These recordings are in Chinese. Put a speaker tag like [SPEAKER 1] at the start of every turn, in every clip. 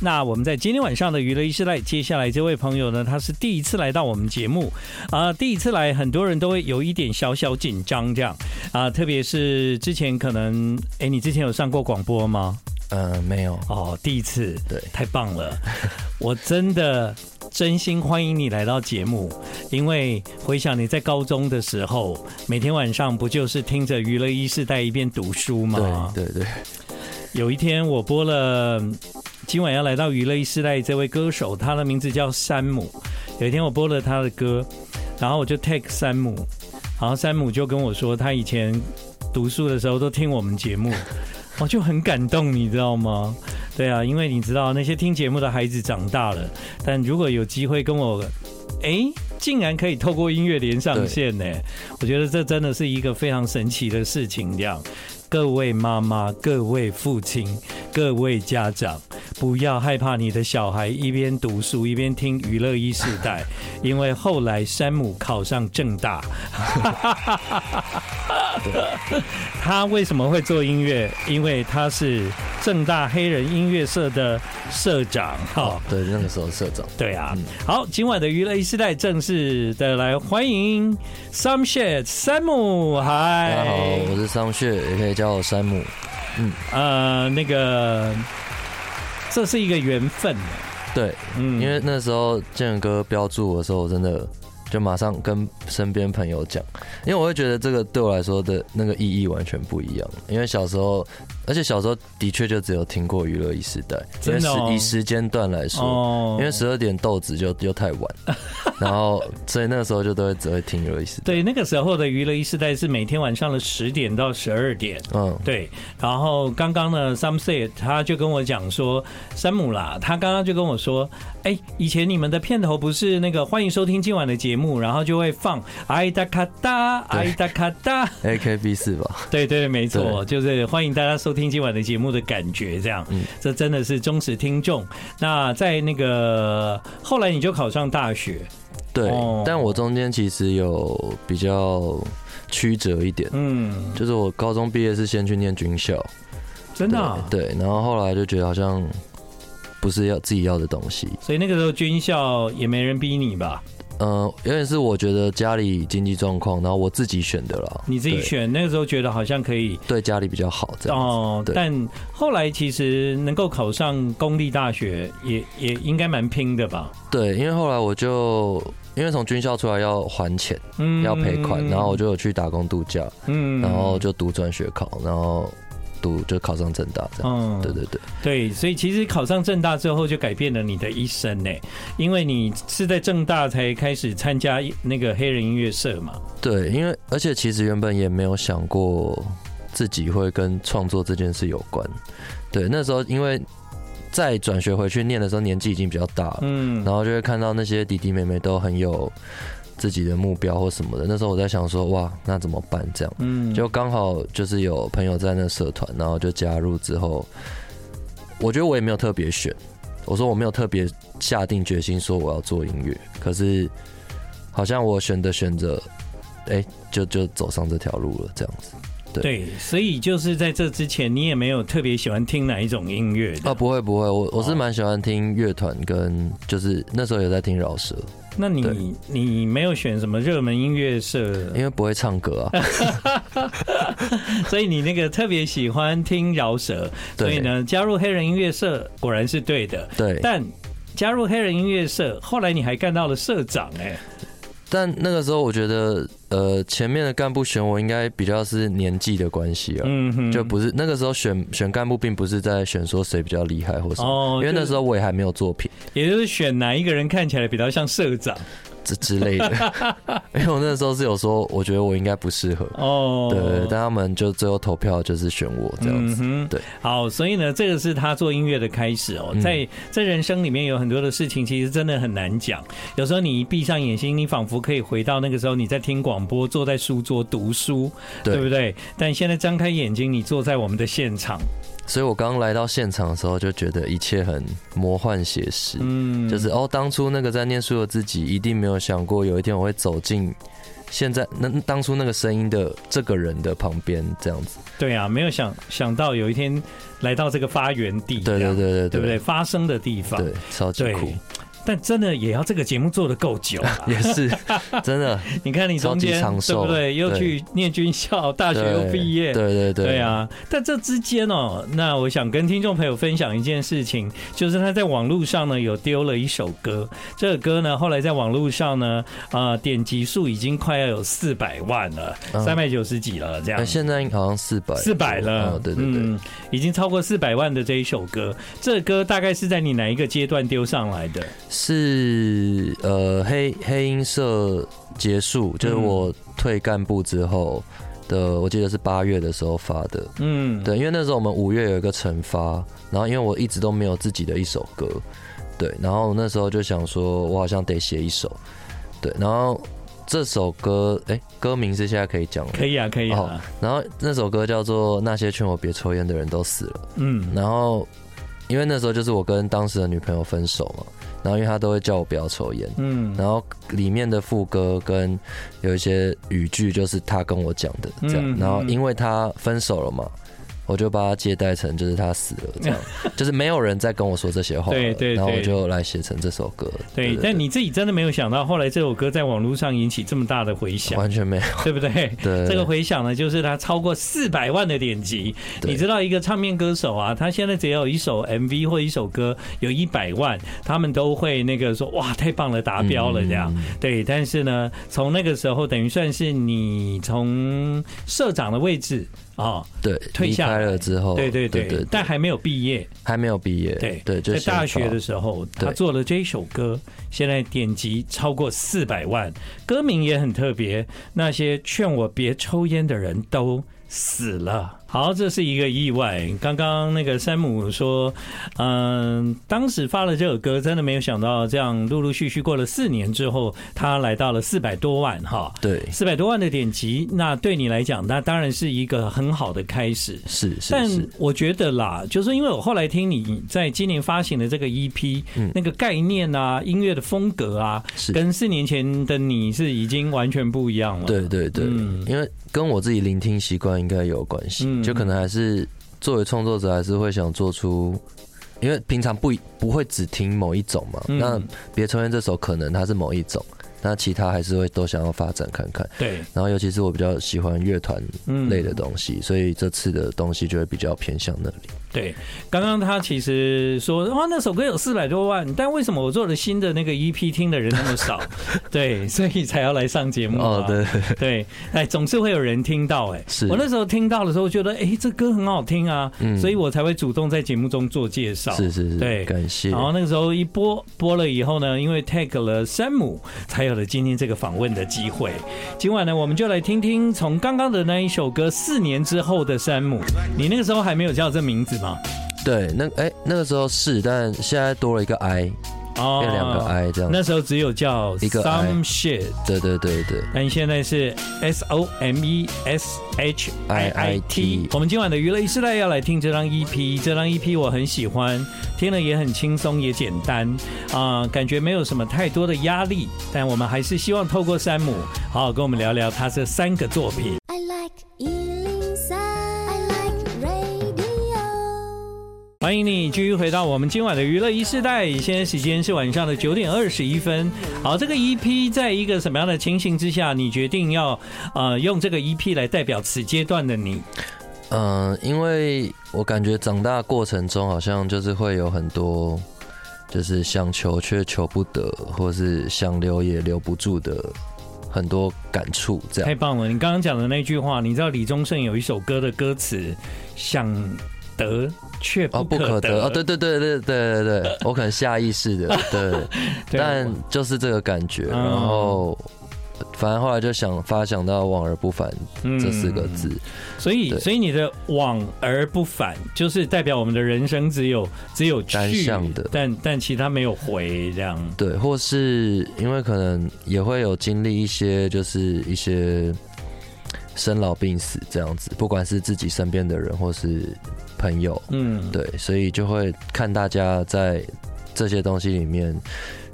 [SPEAKER 1] 那我们在今天晚上的娱乐一时代，接下来这位朋友呢，他是第一次来到我们节目啊、第一次来，很多人都会有一点小小紧张这样啊、特别是之前可能，哎，你之前有上过广播吗？
[SPEAKER 2] 呃，没有，
[SPEAKER 1] 哦，第一次，
[SPEAKER 2] 对
[SPEAKER 1] 太棒了！我真的真心欢迎你来到节目，因为回想你在高中的时候，每天晚上不就是听着娱乐一世代一边读书吗？
[SPEAKER 2] 对对对，
[SPEAKER 1] 有一天我播了嗯今晚要来到娱乐一世代这位歌手，他的名字叫山姆。有一天我播了他的歌，然后我就 tag 山姆，然后山姆就跟我说，他以前读书的时候都听我们节目，我就很感动，你知道吗？对啊，因为你知道那些听节目的孩子长大了，但如果有机会跟我，哎，竟然可以透过音乐连上线呢，我觉得这真的是一个非常神奇的事情。这样，各位妈妈、各位父亲、各位家长，不要害怕你的小孩一边读书一边听娱乐一世代，因为后来山姆考上正大，他为什么会做音乐？因为他是正大黑人音乐社的社长。好、
[SPEAKER 2] 对那个时候社长，
[SPEAKER 1] 对啊。好，今晚的娱乐一时代正式的来欢迎 Sunshade 山姆，
[SPEAKER 2] 大
[SPEAKER 1] 嗨
[SPEAKER 2] 家好，我是桑旭，也可以叫我山姆。
[SPEAKER 1] 呃，那个，这是一个缘分，
[SPEAKER 2] 对，
[SPEAKER 1] 嗯
[SPEAKER 2] 因为那时候建哥标注我的时候，我真的就马上跟身边朋友讲，因为我会觉得这个对我来说的那个意义完全不一样。因为小时候，而且小时候的确就只有听过娱乐一时代，因
[SPEAKER 1] 真
[SPEAKER 2] 为
[SPEAKER 1] 的哦
[SPEAKER 2] 时以时间段来说。
[SPEAKER 1] 哦
[SPEAKER 2] 因为十二点豆子就又太晚， 然后所以那个时候就都会只会听娱乐一时代。
[SPEAKER 1] 对那个时候的娱乐一时代是每天晚上的十点到十二点。
[SPEAKER 2] 嗯，
[SPEAKER 1] 对，然后刚刚呢，Sam said 他就跟我讲说，山姆啦，他刚刚就跟我说，哎，以前你们的片头不是那个欢迎收听今晚的节目，然后就会放哎哒咔哒，哎哒咔 哒，
[SPEAKER 2] A K B 四吧，
[SPEAKER 1] 对对，没错，就是欢迎大家收听今晚的节目的感觉，这
[SPEAKER 2] 嗯
[SPEAKER 1] 样，这真的是忠实听众。那在那个后来你就考上大学，
[SPEAKER 2] 对，
[SPEAKER 1] 哦
[SPEAKER 2] 但我中间其实有比较曲折一点，
[SPEAKER 1] 嗯，
[SPEAKER 2] 就是我高中毕业是先去念军校，
[SPEAKER 1] 真的啊、
[SPEAKER 2] 对，对然后后来就觉得好像不是要自己要的东西，
[SPEAKER 1] 所以那个时候军校也没人逼你吧？
[SPEAKER 2] 嗯、有点是我觉得家里经济状况，然后我自己选的啦，
[SPEAKER 1] 你自己
[SPEAKER 2] 对，
[SPEAKER 1] 选，那个时候觉得好像可以
[SPEAKER 2] 对家里比较好这样子，
[SPEAKER 1] 哦，
[SPEAKER 2] 对
[SPEAKER 1] 但后来其实能够考上公立大学也，也应该蛮拼的吧？
[SPEAKER 2] 对，因为后来我就因为从军校出来要还钱，
[SPEAKER 1] 嗯
[SPEAKER 2] 要赔款，然后我就有去打工度假，
[SPEAKER 1] 嗯
[SPEAKER 2] 然后就读转学考，然后读就考上正大这样，
[SPEAKER 1] 嗯
[SPEAKER 2] 对对对。
[SPEAKER 1] 对，所以其实考上正大之后，就改变了你的一生呢，因为你是在正大才开始参加那个黑人音乐社嘛。
[SPEAKER 2] 对，因为而且其实原本也没有想过自己会跟创作这件事有关。对，那时候因为再转学回去念的时候，年纪已经比较大了，
[SPEAKER 1] 嗯
[SPEAKER 2] 啊然后就会看到那些弟弟妹妹都很有自己的目标或什么的。那时候我在想说，哇，那怎么办？这样
[SPEAKER 1] 嗯，
[SPEAKER 2] 就刚好就是有朋友在那社团，然后就加入之后，我觉得我也没有特别选，我说我没有特别下定决心说我要做音乐，可是好像我选的选择，哎、就就走上这条路了，这样子
[SPEAKER 1] 对，所以就是在这之前，你也没有特别喜欢听哪一种音乐的。
[SPEAKER 2] 啊？不会不会，我我是蛮喜欢听乐团跟就是那时候有在听饶舌，
[SPEAKER 1] 那
[SPEAKER 2] 对
[SPEAKER 1] 你你没有选什么热门音乐社，
[SPEAKER 2] 因为不会唱歌啊，
[SPEAKER 1] 所以你那个特别喜欢听饶舌，
[SPEAKER 2] 对
[SPEAKER 1] 所以呢，加入黑人音乐社果然是对的。
[SPEAKER 2] 对，但
[SPEAKER 1] 但加入黑人音乐社，后来你还干到了社长、哎，
[SPEAKER 2] 那个时候我觉得呃前面的干部选我应该比较是年纪的关系啊。
[SPEAKER 1] 嗯哼，
[SPEAKER 2] 就不是那个时候选选干部，并不是在选说谁比较厉害或什么，
[SPEAKER 1] 哦
[SPEAKER 2] 因为
[SPEAKER 1] 就
[SPEAKER 2] 那
[SPEAKER 1] 是
[SPEAKER 2] 时候我也还没有作品，
[SPEAKER 1] 也就是选哪一个人看起来比较像社长
[SPEAKER 2] 之之类的。 因为我那时候是有说，我觉得我应该不适合，
[SPEAKER 1] 哦，
[SPEAKER 2] 对，但他们就最后投票就是选我这样
[SPEAKER 1] 嗯
[SPEAKER 2] 子。
[SPEAKER 1] 哼，
[SPEAKER 2] 对，
[SPEAKER 1] 好，所以呢，这个是他做音乐的开始哦。
[SPEAKER 2] 嗯
[SPEAKER 1] 在在人生里面有很多的事情，其实真的很难讲。有时候你一闭上眼睛，你仿佛可以回到那个时候你在听广播，坐在书桌读书，
[SPEAKER 2] 对
[SPEAKER 1] 不嗯对？但现在张开眼睛，你坐在我们的现场，
[SPEAKER 2] 所以我刚来到现场的时候，就觉得一切很魔幻写实，
[SPEAKER 1] 嗯，
[SPEAKER 2] 就是哦，当初那个在念书的自己，一定没有想过有一天我会走进现在那当初那个声音的这个人的旁边这样子，
[SPEAKER 1] 对啊，没有想想到有一天来到这个发源地，这
[SPEAKER 2] 对对
[SPEAKER 1] 样
[SPEAKER 2] 对对
[SPEAKER 1] 对不对？发生的地方，
[SPEAKER 2] 对，超级酷！
[SPEAKER 1] 对，但真的也要这个节目做的够久啊
[SPEAKER 2] 也 是真的
[SPEAKER 1] 你看你中间
[SPEAKER 2] 超级长
[SPEAKER 1] 对
[SPEAKER 2] 寿
[SPEAKER 1] 不对？又
[SPEAKER 2] 对
[SPEAKER 1] 去念军校，大
[SPEAKER 2] 大
[SPEAKER 1] 学又毕业，
[SPEAKER 2] 对对对
[SPEAKER 1] 对，啊，但这之间哦，那我想跟听众朋友分享一件事情，就是他在网络上呢有丢了一首歌，这个歌呢后来在网络上呢，呃，点击数已经快要有四百万了，
[SPEAKER 2] 嗯
[SPEAKER 1] 三百九十几了，这样
[SPEAKER 2] 那。现在好像四百
[SPEAKER 1] 四百了，
[SPEAKER 2] 哦对对对，
[SPEAKER 1] 嗯，已经超过四百万的这一首歌，这个歌大概是在你哪一个阶段丢上来的？
[SPEAKER 2] 是呃黑黑鹰社结束，就是
[SPEAKER 1] 嗯
[SPEAKER 2] 我退干部之后的，我记得是八月的时候发的。
[SPEAKER 1] 嗯，，
[SPEAKER 2] 对，因为那时候我们五月有一个惩罚，然后因为我一直都没有自己的一首歌，对，然后那时候就想说，我好像得写一首，对，然后这首歌，哎、歌名是现在可以讲了，
[SPEAKER 1] 可以啊，可以
[SPEAKER 2] 哦
[SPEAKER 1] 啊，
[SPEAKER 2] 然后那首歌叫做《那些劝我别抽烟的人都死了》，
[SPEAKER 1] 嗯，
[SPEAKER 2] 然后因为那时候就是我跟当时的女朋友分手嘛，然后因为她都会叫我不要抽烟，
[SPEAKER 1] 嗯，
[SPEAKER 2] 然后里面的副歌跟有一些语句就是他跟我讲的这样，
[SPEAKER 1] 嗯
[SPEAKER 2] 然后因为他分手了嘛，我就把他借代成就是他死了这样，就是没有人再跟我说这些话了，
[SPEAKER 1] 嗯对对
[SPEAKER 2] 然后我
[SPEAKER 1] 对
[SPEAKER 2] 就来写成这首歌，
[SPEAKER 1] 对，但你自己真的没有想到，后来这首歌在网络上引起这么大的回响，
[SPEAKER 2] 完全没有
[SPEAKER 1] 对不对？
[SPEAKER 2] 对
[SPEAKER 1] 这个回响呢，就是他超过四百万的点击。
[SPEAKER 2] 对
[SPEAKER 1] 你知道一个唱片歌手啊，他现在只要有一首 MV 或一首歌有一百万，他们都会那个说哇太棒了，达标了这样。
[SPEAKER 2] 嗯
[SPEAKER 1] 对，但是呢，从那个时候等于算是你从社长的位置哦，
[SPEAKER 2] 对
[SPEAKER 1] 退
[SPEAKER 2] 离
[SPEAKER 1] 下来
[SPEAKER 2] 开了之后，
[SPEAKER 1] 对对对，
[SPEAKER 2] 哦对对，
[SPEAKER 1] 但还没有毕业。
[SPEAKER 2] 还没有毕业，
[SPEAKER 1] 对
[SPEAKER 2] 对，就
[SPEAKER 1] 在
[SPEAKER 2] 先
[SPEAKER 1] 大学
[SPEAKER 2] 发
[SPEAKER 1] 的时候，
[SPEAKER 2] 对
[SPEAKER 1] 他做了这一首歌，现在点击超过四百万，歌名也很特别。那些劝我别抽烟的人都死了。好，这是一个意外。刚刚那个山姆说，嗯，当时发了这首歌，真的没有想到，这样陆陆续续过了四年之后，他来到了四百多万哈，
[SPEAKER 2] 对
[SPEAKER 1] 四百多万的点击，那对你来讲，那当然是一个很好的开始。
[SPEAKER 2] 是是
[SPEAKER 1] 但
[SPEAKER 2] 是，
[SPEAKER 1] 我觉得啦，就是因为我后来听你在今年发行的这个 EP，、
[SPEAKER 2] 嗯
[SPEAKER 1] 那个概念啊、音乐的风格啊，
[SPEAKER 2] 是
[SPEAKER 1] 跟四年前的你是已经完全不一样了。
[SPEAKER 2] 对对对，
[SPEAKER 1] 嗯
[SPEAKER 2] 因为跟我自己聆听习惯应该有关系，
[SPEAKER 1] 嗯
[SPEAKER 2] 就可能还是作为创作者，还是会想做出，因为平常不一不会只听某一种嘛。
[SPEAKER 1] 嗯
[SPEAKER 2] 那别抽烟这首可能它是某一种，那其他还是会都想要发展看看。
[SPEAKER 1] 对，
[SPEAKER 2] 然后尤其是我比较喜欢乐团
[SPEAKER 1] 嗯
[SPEAKER 2] 类的东西，所以这次的东西就会比较偏向那里。
[SPEAKER 1] 对，刚刚他其实说，哇，那首歌有四百多万，但为什么我做的新的那个 EP 听的人那么 少？对，所以才要来上节目、啊。
[SPEAKER 2] 哦，对，
[SPEAKER 1] 对，哎，总是会有人听到、哎，
[SPEAKER 2] 是
[SPEAKER 1] 我那时候听到的时候，觉得，哎、这歌很好听啊，
[SPEAKER 2] 嗯
[SPEAKER 1] 所以我才会主动在节目中做介绍。
[SPEAKER 2] 是是是，
[SPEAKER 1] 对
[SPEAKER 2] 感谢
[SPEAKER 1] 然。后那个时候一播播了以后呢，因为 tag 了山姆，才有了今天这个访问的机会。今晚呢，我们就来听听从刚刚的那一首歌《四年之后的山姆》，你那个时候还没有叫这名字吗？
[SPEAKER 2] 对，那哎、那个时候是，但现在多了一个 I，
[SPEAKER 1] 哦
[SPEAKER 2] 变两个 I 这样。
[SPEAKER 1] 那时候只有叫
[SPEAKER 2] 一个 I
[SPEAKER 1] Some Shit，
[SPEAKER 2] 对对对对。
[SPEAKER 1] 但现在是 S O M E S H I I T
[SPEAKER 2] IIT。
[SPEAKER 1] 我们今晚的娱乐一时代要来听这张 EP，这张 EP 我很喜欢，听了也很轻松，也简单啊、感觉没有什么太多的压力。但我们还是希望透过山姆，好好跟我们聊聊他这三个作品。
[SPEAKER 3] I like Ealing Sound. I like radio.
[SPEAKER 1] 欢迎你继续回到我们今晚的娱乐一世代，现在时间是晚上的九点二十一分。好，这个 EP 在一个什么样的情形之下，你决定要呃用这个 EP 来代表此阶段的你？
[SPEAKER 2] 嗯，因为我感觉长大过程中好像就是会有很多，就是想求却求不得，或是想留也留不住的很多感触，这
[SPEAKER 1] 太
[SPEAKER 2] 样。
[SPEAKER 1] 棒了！你刚刚讲的那句话，你知道李宗盛有一首歌的歌词“想得却
[SPEAKER 2] 哦，
[SPEAKER 1] 不
[SPEAKER 2] 不
[SPEAKER 1] 可
[SPEAKER 2] 可
[SPEAKER 1] 得”，
[SPEAKER 2] 得哦，对对对对对对对，我可能下意识的，对，
[SPEAKER 1] 对
[SPEAKER 2] 但就是这个感觉，
[SPEAKER 1] 嗯
[SPEAKER 2] 然后反正后来就想发想到“往而不返”这四个。字
[SPEAKER 1] 嗯，所以，
[SPEAKER 2] 对
[SPEAKER 1] 所以你的往而不返，就是代表我们的人生只有只有去
[SPEAKER 2] 单向的
[SPEAKER 1] 但但其他没有回这样。
[SPEAKER 2] 对，或是因为可能也会有经历一些，就是一些生老病死这样子，不管是自己身边的人或是朋友，
[SPEAKER 1] 嗯，
[SPEAKER 2] 对，所以就会看大家在这些东西里面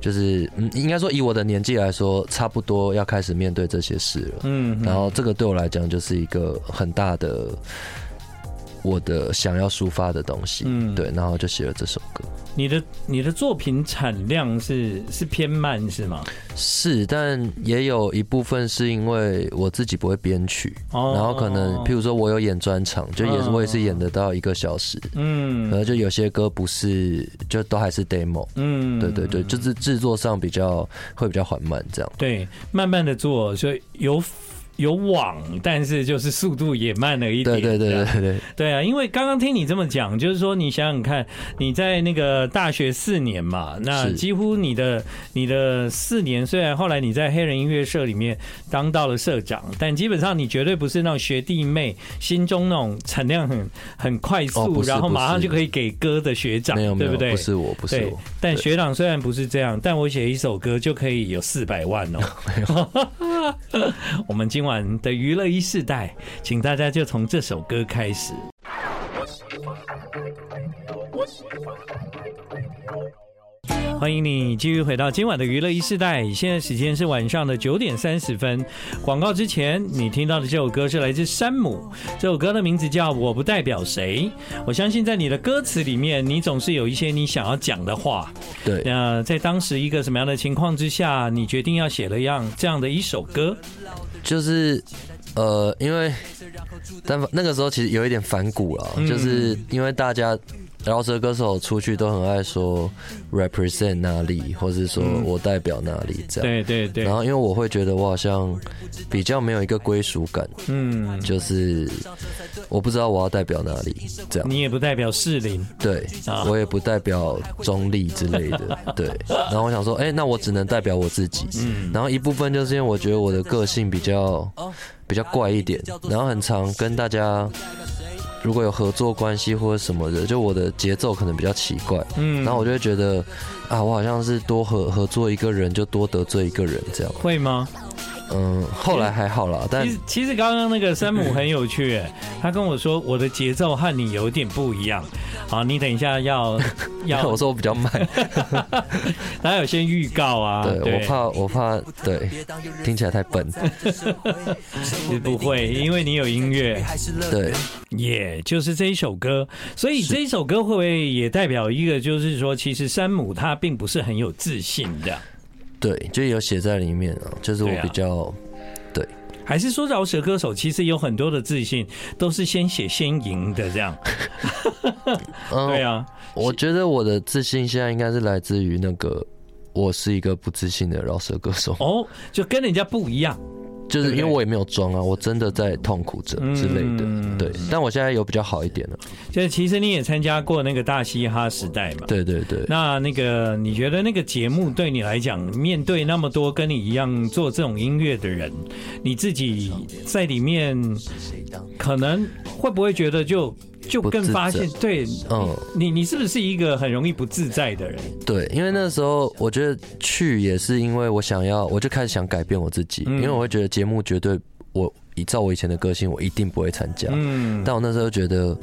[SPEAKER 2] 就是嗯，应该说以我的年纪来说，差不多要开始面对这些事了。
[SPEAKER 1] 嗯，
[SPEAKER 2] 然后这个对我来讲就是一个很大的我的想要抒发的东西，
[SPEAKER 1] 嗯
[SPEAKER 2] 对，然后就写了这首歌。
[SPEAKER 1] 你的你的作品产量是是偏慢是吗？
[SPEAKER 2] 是，但也有一部分是因为我自己不会编曲，
[SPEAKER 1] 哦
[SPEAKER 2] 然后可能譬如说我有演专场，就也是
[SPEAKER 1] 嗯
[SPEAKER 2] 我也是演得到一个小时，可
[SPEAKER 1] 嗯
[SPEAKER 2] 能就有些歌不是，就都还是 demo。
[SPEAKER 1] 嗯，
[SPEAKER 2] 对对对，就是制作上比较会比较缓慢这样。
[SPEAKER 1] 对，慢慢的做，所以有有网，但是就是速度也慢了一点。这
[SPEAKER 2] 对对对
[SPEAKER 1] 样
[SPEAKER 2] 对对，
[SPEAKER 1] 对啊，因为刚刚听你这么讲，就是说你想想看，你在那个大学四年嘛，那
[SPEAKER 2] 是
[SPEAKER 1] 几乎你的你的四年，虽然后来你在黑人音乐社里面当到了社长，但基本上你绝对不是那种学弟妹心中那种产量很很快
[SPEAKER 2] 哦
[SPEAKER 1] 速，
[SPEAKER 2] 不是
[SPEAKER 1] 然后马上
[SPEAKER 2] 不
[SPEAKER 1] 就是可以给歌的学长，
[SPEAKER 2] 没有没
[SPEAKER 1] 对
[SPEAKER 2] 有，
[SPEAKER 1] 对？
[SPEAKER 2] 不是我，不是
[SPEAKER 1] 对
[SPEAKER 2] 我，，
[SPEAKER 1] 但
[SPEAKER 2] 对
[SPEAKER 1] 学长虽然不是这样，但我写一首歌就可以有四百万哦。 我们今晚的娱乐一世代，请大家就从这首歌开始。欢迎你继续回到今晚的娱乐一世代，现在时间是晚上的九点三十分。广告之前，你听到的这首歌是来自山姆，这首歌的名字叫《我不代表谁》。我相信在你的歌词里面，你总是有一些你想要讲的话。
[SPEAKER 2] 对
[SPEAKER 1] 那在当时一个什么样的情况之下，你决定要写了一样这样的一首歌？
[SPEAKER 2] 就是呃，因为但那个时候其实有一点反骨了，
[SPEAKER 1] 嗯
[SPEAKER 2] 就是因为大家饶舌歌手出去都很爱说 represent 哪里，或是说我代表哪里这样。
[SPEAKER 1] 对对嗯对
[SPEAKER 2] 然，后因为我会觉得我好像比较没有一个归属感，
[SPEAKER 1] 嗯，
[SPEAKER 2] 就是我不知道我要代表哪里这样。
[SPEAKER 1] 你也不代表士林，
[SPEAKER 2] 对
[SPEAKER 1] 啊，
[SPEAKER 2] 我也不代表中立之类 的，对。然后我想说，哎、那我只能代表我自己。
[SPEAKER 1] 嗯
[SPEAKER 2] 然后一部分就是因为我觉得我的个性比较比较怪一点，然后很常跟大家如果有合作关系或者什么的，就我的节奏可能比较奇怪。
[SPEAKER 1] 嗯，
[SPEAKER 2] 然后我就会觉得，啊，我好像是多合合作一个人就多得罪一个人这样。
[SPEAKER 1] 会吗？
[SPEAKER 2] 嗯，后来还好啦，但
[SPEAKER 1] 其实其实刚刚那个山姆很有趣，哎他跟我说我的节奏和你有点不一样。好，你等一下 要要
[SPEAKER 2] 我，说我比较慢，
[SPEAKER 1] 他有先预告 啊，
[SPEAKER 2] 对我怕我怕对，听起来太笨，
[SPEAKER 1] 其实不会，因为你有音 乐，
[SPEAKER 2] 对。
[SPEAKER 1] 也、就是这一首歌，所以这一首歌会不会也代表一个，就是说，其实山姆他并不是很有自信的，
[SPEAKER 2] 对，就有写在里面啊，就是我
[SPEAKER 1] 对啊
[SPEAKER 2] 比较、
[SPEAKER 1] 还是说饶舌歌手其实有很多的自信，都是先写先赢的这样？
[SPEAKER 2] 嗯，
[SPEAKER 1] 对啊，
[SPEAKER 2] 我觉得我的自信现在应该是来自于那个我是一个不自信的饶舌歌手，
[SPEAKER 1] 哦，就跟人家不一样，
[SPEAKER 2] 就是因为
[SPEAKER 1] 对不对
[SPEAKER 2] 我也没有装啊，我真的在痛苦着之类的，
[SPEAKER 1] 嗯
[SPEAKER 2] 对，但我现在有比较好一点了，啊
[SPEAKER 1] 就是其实你也参加过那个大嘻哈时代嘛。
[SPEAKER 2] 对对对，
[SPEAKER 1] 那那个，你觉得那个节目对你来讲，面对那么多跟你一样做这种音乐的人，你自己在里面，可能会不会觉得就就
[SPEAKER 2] 不
[SPEAKER 1] 更
[SPEAKER 2] 自
[SPEAKER 1] 发
[SPEAKER 2] 在
[SPEAKER 1] 现，对，
[SPEAKER 2] 嗯，
[SPEAKER 1] 你你是不是一个很容易不自在的人？
[SPEAKER 2] 对，因为那时候我觉得去也是因为我想要，我就开始想改变我自己，
[SPEAKER 1] 嗯
[SPEAKER 2] 因为我会觉得节目绝对我依照我以前的个性，我一定不会参加，
[SPEAKER 1] 嗯，
[SPEAKER 2] 但我那时候觉得，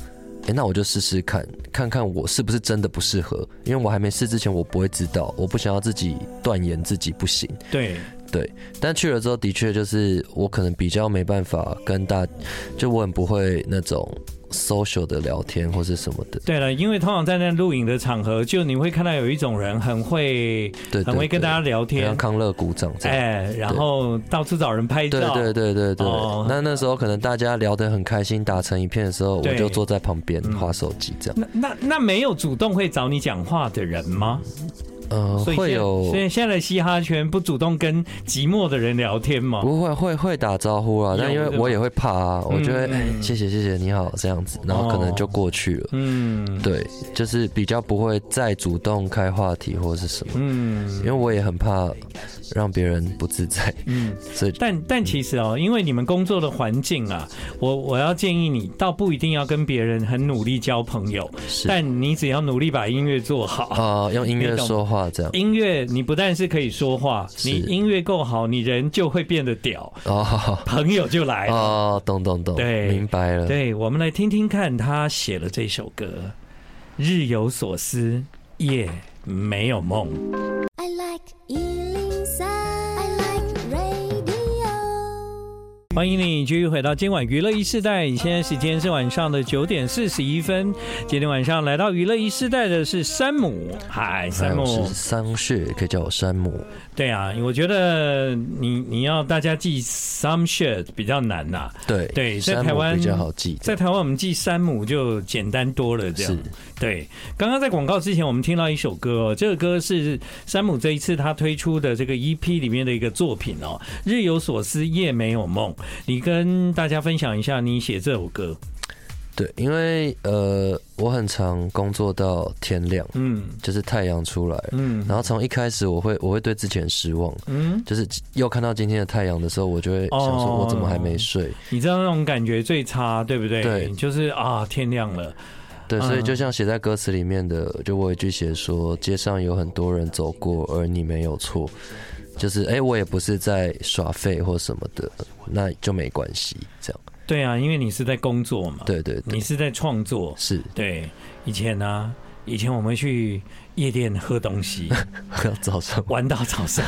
[SPEAKER 2] 哎、那我就试试看，看看我是不是真的不适合，因为我还没试之前，我不会知道，我不想要自己断言自己不行。
[SPEAKER 1] 对，
[SPEAKER 2] 对，但去了之后，的确就是我可能比较没办法跟大，就我很不会那种 social 的聊天或是什么的。
[SPEAKER 1] 对了，因为通常在那录影的场合，就你会看到有一种人很会
[SPEAKER 2] 对
[SPEAKER 1] 很会跟大家聊天
[SPEAKER 2] 像，康乐鼓掌这样。
[SPEAKER 1] 哎，然后到处找人拍
[SPEAKER 2] 对
[SPEAKER 1] 照，
[SPEAKER 2] 对对对对
[SPEAKER 1] 哦，
[SPEAKER 2] 那那时候可能大家聊得很开心，打成一片的时候，
[SPEAKER 1] 对嗯
[SPEAKER 2] 我就坐在旁边划手机这样。
[SPEAKER 1] 那那那没有主动会找你讲话的人吗？
[SPEAKER 2] 嗯，
[SPEAKER 1] 所以
[SPEAKER 2] 会
[SPEAKER 1] 现
[SPEAKER 2] 有
[SPEAKER 1] 所以现在的嘻哈圈不主动跟寂寞的人聊天吗？
[SPEAKER 2] 不会会会打招呼啊，但因
[SPEAKER 1] 有对
[SPEAKER 2] 为
[SPEAKER 1] 吧
[SPEAKER 2] 我也会怕啊，我就会
[SPEAKER 1] 嗯
[SPEAKER 2] 哎谢谢谢谢你好这样子，然后可能就过去了。
[SPEAKER 1] 嗯
[SPEAKER 2] 对，就是比较不会再主动开话题或是什么，
[SPEAKER 1] 嗯
[SPEAKER 2] 因为我也很怕让别人不自在，
[SPEAKER 1] 嗯。
[SPEAKER 2] 所以
[SPEAKER 1] 但但其实哦，因为你们工作的环境啊，我我要建议你，倒不一定要跟别人很努力交朋友，
[SPEAKER 2] 是
[SPEAKER 1] 但你只要努力把音乐做好，
[SPEAKER 2] 啊用音乐
[SPEAKER 1] 你懂
[SPEAKER 2] 说话这样
[SPEAKER 1] 音乐，你不但是可以说话，
[SPEAKER 2] 是
[SPEAKER 1] 你音乐够好，你人就会变得 屌，
[SPEAKER 2] 哦
[SPEAKER 1] 朋友就来了。
[SPEAKER 2] 哦，懂懂懂，
[SPEAKER 1] 对
[SPEAKER 2] 明白了。
[SPEAKER 1] 对，我们来听听看他写了这首歌《日有所思，夜没有梦》。
[SPEAKER 3] I like
[SPEAKER 1] 欢迎你继续回到今晚娱乐一世代，现在时间是晚上的九点四十一分。今天晚上来到娱乐一世代的是山姆，嗨，山
[SPEAKER 2] 还有
[SPEAKER 1] 姆
[SPEAKER 2] 是，桑穴，可以叫我山姆。
[SPEAKER 1] 对啊，我觉得你你要大家记 some shit 比较难呐、啊
[SPEAKER 2] 对
[SPEAKER 1] 对在
[SPEAKER 2] 山
[SPEAKER 1] 台
[SPEAKER 2] 姆
[SPEAKER 1] 湾
[SPEAKER 2] 比较好记。
[SPEAKER 1] 在台湾，我们记山姆就简单多了，这样
[SPEAKER 2] 是。
[SPEAKER 1] 对，刚刚在广告之前，我们听到一首歌哦，这个歌是山姆这一次他推出的这个 EP 里面的一个作品哦，《日有所思，夜没有梦》。你跟大家分享一下你写这首歌，
[SPEAKER 2] 对，因为呃，我很常工作到天亮，
[SPEAKER 1] 嗯
[SPEAKER 2] 就是太阳出来了。
[SPEAKER 1] 嗯
[SPEAKER 2] 然后从一开始，我会我会对之前失望，
[SPEAKER 1] 嗯，
[SPEAKER 2] 就是又看到今天的太阳的时候，我就会想说，
[SPEAKER 1] 哦
[SPEAKER 2] 我怎么还没睡？
[SPEAKER 1] 你知道那种感觉最差，对不对？
[SPEAKER 2] 对
[SPEAKER 1] 就是啊，天亮了，
[SPEAKER 2] 对，
[SPEAKER 1] 嗯
[SPEAKER 2] 所以就像写在歌词里面的，就我有一句写说，街上有很多人走过，而你没有错。就是哎、我也不是在耍废或什么的，那就没关系。这样，
[SPEAKER 1] 对啊，因为你是在工作嘛，，
[SPEAKER 2] 对对
[SPEAKER 1] 你
[SPEAKER 2] 对，
[SPEAKER 1] 是在创作，
[SPEAKER 2] 是
[SPEAKER 1] 对，以前呢、啊，以前我们去夜店喝东西。
[SPEAKER 2] 早上
[SPEAKER 1] 玩到早上，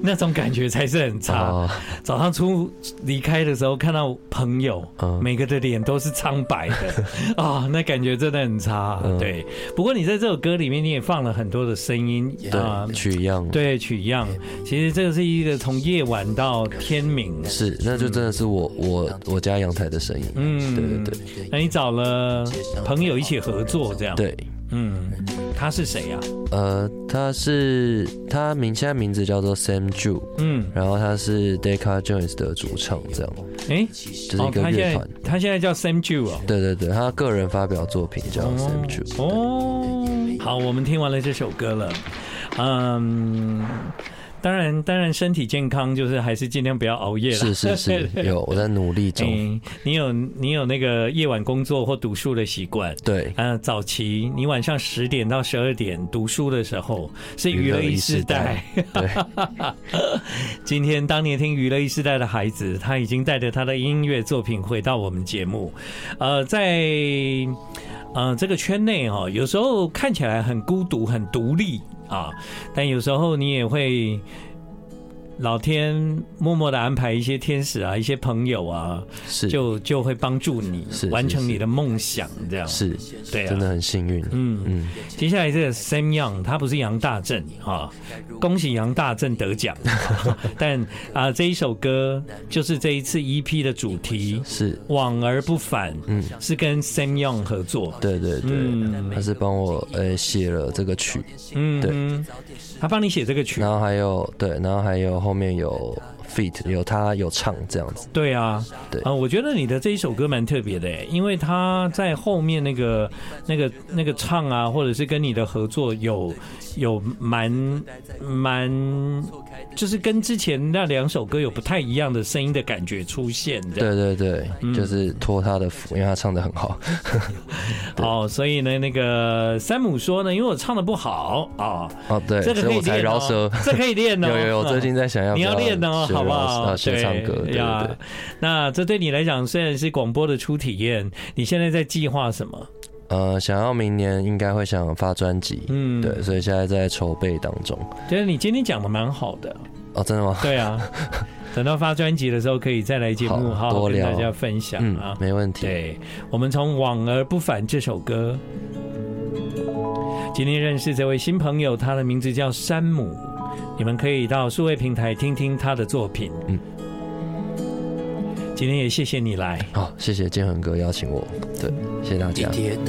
[SPEAKER 1] 那种感觉才是很差。
[SPEAKER 2] 哦
[SPEAKER 1] 早上出离开的时候，看到朋友，
[SPEAKER 2] 嗯
[SPEAKER 1] 每个的脸都是苍白 的啊、那感觉真的很差。
[SPEAKER 2] 嗯
[SPEAKER 1] 对，不过你在这首歌里面，你也放了很多的声音啊
[SPEAKER 2] 对，，取样，
[SPEAKER 1] 对，取样。其实这是一个从夜晚到天明。
[SPEAKER 2] 是，那就真的是我我我家阳台的声音。
[SPEAKER 1] 嗯
[SPEAKER 2] 嗯，对对
[SPEAKER 1] 那你找了朋友一起合作，这样。，
[SPEAKER 2] 对对，
[SPEAKER 1] 嗯，他是谁啊呀、
[SPEAKER 2] 呃，他是他名现在名字叫做 Sam Ju，
[SPEAKER 1] 嗯，
[SPEAKER 2] 然后他是 Decca Jones 的主唱，这样
[SPEAKER 1] 哎、
[SPEAKER 2] 就是一
[SPEAKER 1] 哦，
[SPEAKER 2] 个
[SPEAKER 1] 他
[SPEAKER 2] 乐
[SPEAKER 1] 现
[SPEAKER 2] 团
[SPEAKER 1] 在。他现在叫 Sam Ju 哦。
[SPEAKER 2] 对对对，他个人发表作品叫 Sam Ju 对。
[SPEAKER 1] 哦，好，我们听完了这首歌了，嗯。当然，当然，身体健康就是还是尽量不要熬夜了。，
[SPEAKER 2] 是是是有我在努力中。
[SPEAKER 1] 嗯， 你有你有那个夜晚工作或读书的习惯。
[SPEAKER 2] 对，
[SPEAKER 1] 呃，早期你晚上十点到十二点读书的时候是娱
[SPEAKER 2] 娱
[SPEAKER 1] 乐
[SPEAKER 2] 乐
[SPEAKER 1] 一
[SPEAKER 2] 一
[SPEAKER 1] 世
[SPEAKER 2] 世
[SPEAKER 1] 代
[SPEAKER 2] 代。 对，
[SPEAKER 1] 今天当年听娱乐一世代的孩子，他已经带着他的音乐作品回到我们节目。呃，在呃这个圈内哦，有时候看起来很孤独、很独立啊，但有时候你也会。老天默默的安排一些天使啊，一些朋友啊，
[SPEAKER 2] 是
[SPEAKER 1] 就就会帮助你
[SPEAKER 2] 是是
[SPEAKER 1] 完成你的梦想，这样
[SPEAKER 2] 是，
[SPEAKER 1] 对啊，
[SPEAKER 2] 真的很幸运。
[SPEAKER 1] 嗯
[SPEAKER 2] 嗯，
[SPEAKER 1] 接下来这个 Sam Young，他不是杨大正啊，恭喜杨大正得奖。 但啊、这一首歌就是这一次 EP 的主题
[SPEAKER 2] 是，
[SPEAKER 1] 《往而不返》，
[SPEAKER 2] 嗯，
[SPEAKER 1] 是跟 Sam Young 合作。
[SPEAKER 2] 对对
[SPEAKER 1] 嗯
[SPEAKER 2] 对，他是帮我呃写了这个曲，
[SPEAKER 1] 嗯，
[SPEAKER 2] 对
[SPEAKER 1] 嗯他帮你写这个曲
[SPEAKER 2] 然，后还有对，然后还有后面有 feat 有他有唱这样子，
[SPEAKER 1] 对啊，
[SPEAKER 2] 对
[SPEAKER 1] 啊、我觉得你的这一首歌蛮特别的耶，因为他在后面那个、那个、那个唱啊，或者是跟你的合作有有蛮蛮，就是跟之前那两首歌有不太一样的声音的感觉出现的。
[SPEAKER 2] 对对
[SPEAKER 1] 嗯
[SPEAKER 2] 对，就是托他的福，因为他唱的很好，
[SPEAKER 1] 哦，所以呢，那个山姆说呢，因为我唱的不好啊、
[SPEAKER 2] 哦对，
[SPEAKER 1] 这个
[SPEAKER 2] 所
[SPEAKER 1] 可
[SPEAKER 2] 以
[SPEAKER 1] 以
[SPEAKER 2] 我才
[SPEAKER 1] 练哦
[SPEAKER 2] 饶舌，
[SPEAKER 1] 这可以练哦。
[SPEAKER 2] 有有有，最近在想要
[SPEAKER 1] 你要
[SPEAKER 2] 不
[SPEAKER 1] 练哦，
[SPEAKER 2] 学
[SPEAKER 1] 好不
[SPEAKER 2] 饶
[SPEAKER 1] 好？
[SPEAKER 2] 啊学
[SPEAKER 1] 对
[SPEAKER 2] 唱歌，对对对
[SPEAKER 1] 呀。那这对你来讲虽然是广播的初体验，你现在在计划什么？
[SPEAKER 2] 呃，想要明年应该会想发专辑，
[SPEAKER 1] 嗯，
[SPEAKER 2] 对，所以现在在筹备当中。
[SPEAKER 1] 觉得你今天讲的蛮好的，
[SPEAKER 2] 哦，真的吗？
[SPEAKER 1] 对 啊，等到发专辑的时候可以再来节目好
[SPEAKER 2] 好
[SPEAKER 1] 好
[SPEAKER 2] 多
[SPEAKER 1] 跟
[SPEAKER 2] 聊
[SPEAKER 1] 大家分享啊
[SPEAKER 2] 嗯，。没问题。
[SPEAKER 1] 对，我们从《往而不返》这首歌，今天认识这位新朋友，他的名字叫山姆，你们可以到数位平台听听他的作品。嗯
[SPEAKER 2] 嗯，
[SPEAKER 1] 今天也谢谢你来。
[SPEAKER 2] 好，谢谢建恒哥邀请我，对，谢谢大
[SPEAKER 4] 地
[SPEAKER 2] 家。
[SPEAKER 4] 铁